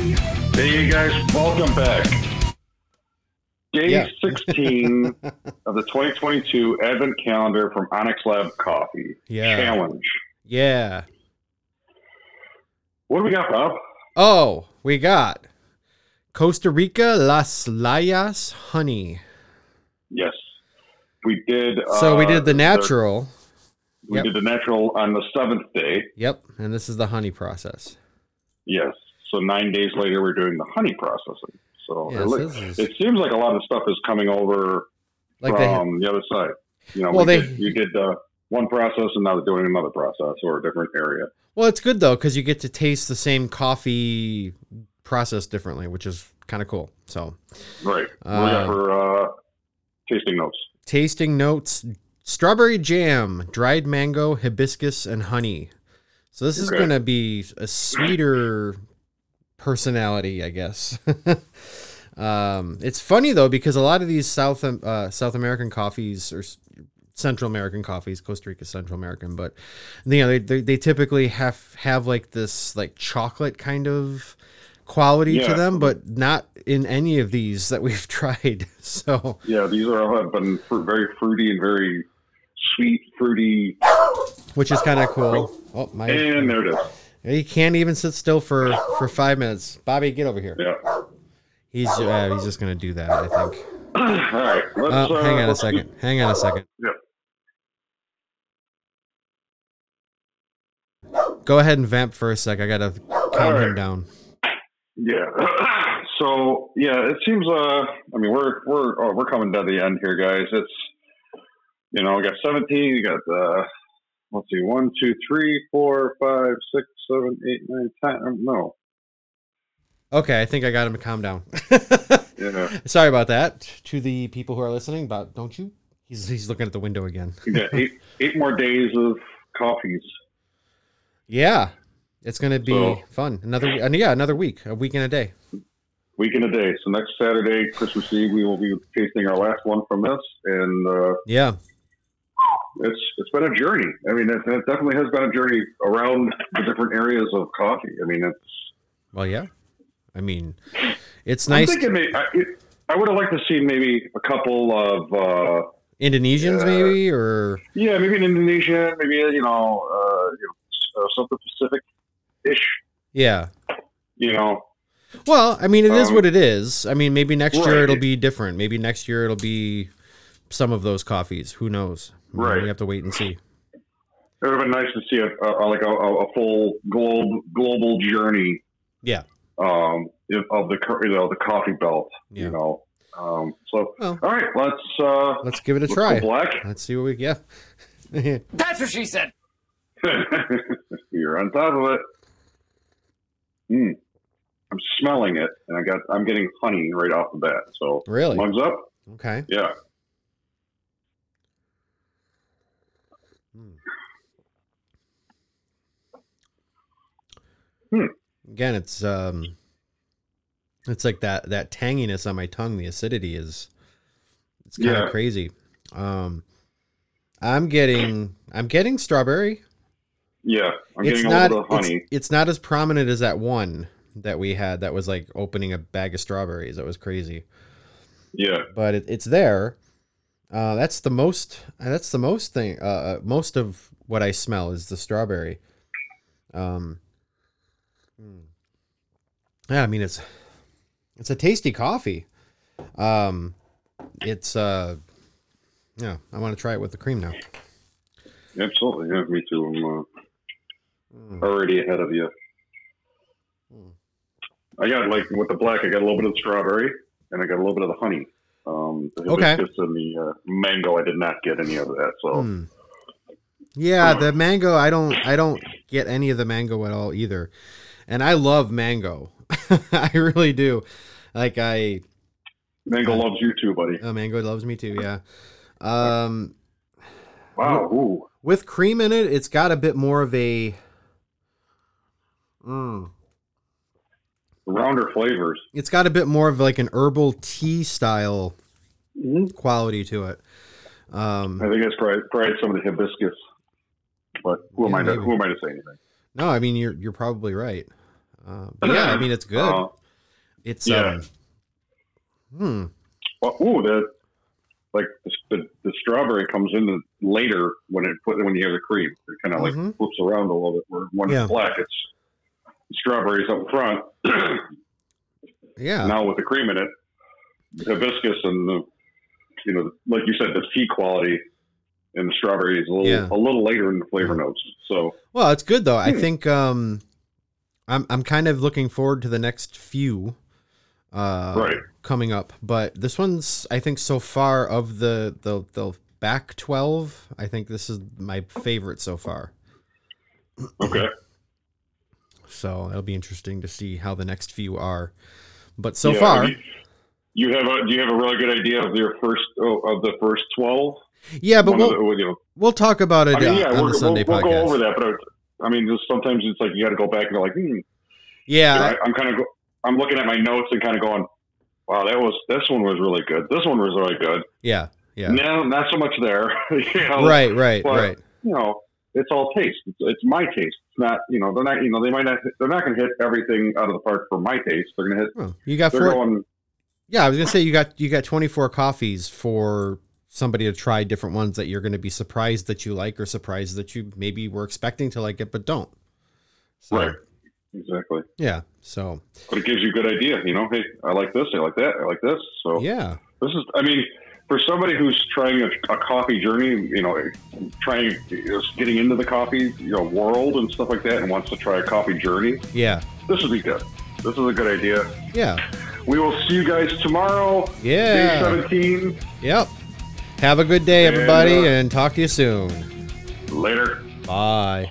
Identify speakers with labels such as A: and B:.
A: Hey, you guys, welcome back. Day
B: Yeah.
A: 16 of the 2022 Advent Calendar from Onyx Lab Coffee
B: Yeah.
A: Challenge.
B: Yeah.
A: What do we got, Bob?
B: Oh, we got Costa Rica Las Layas honey.
A: Yes. We did.
B: so we
A: uh,
B: did the natural.
A: we
B: yep.
A: did the natural on the seventh day.
B: Yep. And this is the honey process.
A: Yes. So nine days later, we're doing the honey processing. So
B: Yes,
A: it, looks-
B: this is-
A: it seems like a lot of stuff is coming over
B: Like they
A: from the other side. You know,
B: Well,
A: we
B: they-
A: did, you did uh, one process and now they're doing another process or a different area.
B: Well, it's good though because you get to taste the same coffee process differently, which is kind of cool. So,
A: Right. What do we got
B: Uh,
A: for uh, tasting notes.
B: tasting notes: strawberry jam, dried mango, hibiscus, and honey. So this is
A: Okay.
B: going to be a sweeter personality, I guess. um, it's funny though because a lot of these South uh, South American coffees or s- Central American coffees, Costa Rica Central American, but you know they, they, they typically have have like this like chocolate kind of quality
A: Yeah.
B: to them, but not in any of these that we've tried. So
A: Yeah, these are all have been fr- very fruity and very sweet, fruity.
B: which is kind of cool. Oh my!
A: And there it is.
B: He can't even sit still for for five minutes. Bobby, get over here.
A: Yeah.
B: He's uh, he's just gonna do that. I think.
A: all right. Let's,
B: Oh,
A: uh,
B: hang on a
A: let's
B: second. Hang on a second.
A: Yeah.
B: Go ahead and vamp for a sec. I gotta calm him
A: right.
B: down.
A: do- yeah. so yeah, it seems. Uh, I mean, we're we're oh, we're coming to the end here, guys. It's you know, we got seventeen. You got uh, let's see, one, two, three, four, five, six, seven, eight, nine, ten. um, No.
B: Okay, I think I got him to calm down.
A: Yeah.
B: Sorry about that to the people who are listening. But don't you? He's he's looking at the window again.
A: You got eight eight more days of coffees.
B: Yeah, it's gonna be
A: So-
B: fun. Another and yeah, another week, a week and a day.
A: week and a day. So next Saturday, Christmas Eve, we will be tasting our last one from this, and uh,
B: Yeah,
A: it's it's been a journey. I mean, it, it definitely has been a journey around the different areas of coffee. I mean, it's
B: Well, yeah. I mean, it's
A: I'm
B: nice.
A: thinking maybe, I, it, I would have liked to see maybe a couple of uh,
B: Indonesians,
A: Yeah.
B: maybe, or
A: yeah, maybe an Indonesian, maybe you know, uh, you know uh, something Pacific ish.
B: yeah.
A: You know,
B: Well, I mean, it is
A: Um,
B: what it is. I mean, maybe next
A: right.
B: year it'll be different. Maybe next year it'll be some of those coffees. Who knows? I mean,
A: Right.
B: We have to wait and see.
A: it would have been nice to see a, a, like a, a a full globe global journey
B: Yeah.
A: um, if- of the cur- you know the coffee belt.
B: Yeah.
A: You know, um, so
B: Well.
A: all right, let's uh,
B: Let's give it a
A: let's
B: try.
A: go black.
B: Let's see what we get. Yeah.
C: That's what she said.
A: You're on top of it. Mm. I'm smelling it, and I got I'm getting honey right off the bat. So
B: really?
A: mugs up,
B: Okay.
A: yeah.
B: Again, it's um, it's like that that tanginess on my tongue. The acidity is, it's kind of
A: Yeah.
B: crazy. Um, I'm getting I'm getting strawberry.
A: Yeah, I'm
B: it's
A: getting
B: not
A: a little bit of honey.
B: It's, it's not as prominent as that one that we had that was like opening a bag of strawberries. That was crazy,
A: Yeah,
B: but it, it's there. Uh, that's the most. That's the most thing. Uh, uh, most of what I smell is the strawberry. Um, mm. yeah, I mean it's it's a tasty coffee. Um, it's uh, yeah. I want to try it with the cream now.
A: absolutely. Yeah, me too. I'm uh,
B: Mm.
A: already ahead of you.
B: Mm.
A: I got like with the black, I got a little bit of strawberry, and I got a little bit of the honey. Um, the
B: Okay.
A: hibiscus and the uh, mango, I did not get any of that. So
B: Hmm. Yeah, the mango. I don't. I don't get any of the mango at all either, and I love mango. I really do. Like I,
A: mango loves you too, buddy.
B: oh, mango loves me too. Yeah. Um,
A: Wow. Ooh.
B: with cream in it, it's got a bit more of a. Mm.
A: Rounder flavors.
B: It's got a bit more of like an herbal tea style
A: Mm-hmm.
B: quality to it. Um,
A: I think that's probably, probably some of the hibiscus. But who am
B: Yeah,
A: I? To,
B: maybe.
A: who am I to say anything?
B: Um, no, I mean you're you're probably right. Uh, but yeah, I mean it's good.
A: Uh,
B: It's
A: Yeah.
B: um, hmm.
A: Well, ooh, the like the, the, the strawberry comes in later when it put when you have the cream. It kind of like
B: Mhm.
A: flips around a little bit. Where when
B: Yeah.
A: it's black, it's strawberries up front.
B: Yeah.
A: now with the cream in it, the hibiscus and the you know, like you said, the tea quality in the strawberry is a little
B: Yeah.
A: a little later in the flavor notes. So
B: Well, it's good though. I
A: Hmm.
B: think um, I'm I'm kind of looking forward to the next few uh,
A: Right.
B: coming up, but this one's I think so far of the the the back twelve. I think this is my favorite so far.
A: okay,
B: So it'll be interesting to see how the next few are. But so
A: Yeah,
B: far,
A: you- You have a do you have a really good idea of your first oh, of the first twelve?
B: yeah, but
A: One of
B: we'll
A: the- you know,
B: we'll talk about it
A: I mean,
B: uh,
A: yeah,
B: on
A: we're,
B: the Sunday
A: we'll, we'll
B: podcast.
A: go over that, but I, I mean, just sometimes it's like you got to go back and go like, hmm, you
B: Yeah,
A: know,
B: Uh,
A: I, I'm kind of, go- I'm looking at my notes and kind of going, wow, that was this one was really good. This one was really good.
B: yeah, yeah.
A: No, not so much there. you know,
B: right, right,
A: Oh, but-
B: right.
A: You know, it's all taste. It's, it's my taste. It's not, you know, they're not, you know, they might not, they're not going to hit everything out of the park for my taste. They're going to hit.
B: Well, you got
A: They're
B: four.
A: going.
B: Yeah, I was gonna say you got you got 24 coffees for somebody to try different ones that you're gonna be surprised that you like or surprised that you maybe were expecting to like it but don't. So,
A: Right. Exactly.
B: Yeah. So
A: But it gives you a good idea. You know, hey, I like this. I like that. I like this. So
B: yeah,
A: This is, I mean, for somebody who's trying a, a coffee journey, you know, trying just getting into the coffee you know, world and stuff like that, and wants to try a coffee journey,
B: yeah,
A: this would be good. This is a good idea.
B: yeah,
A: We will see you guys tomorrow, day
B: yeah.
A: 17.
B: Yep. Have a good day,
A: And,
B: everybody,
A: uh,
B: and talk to you soon.
A: Later.
B: Bye.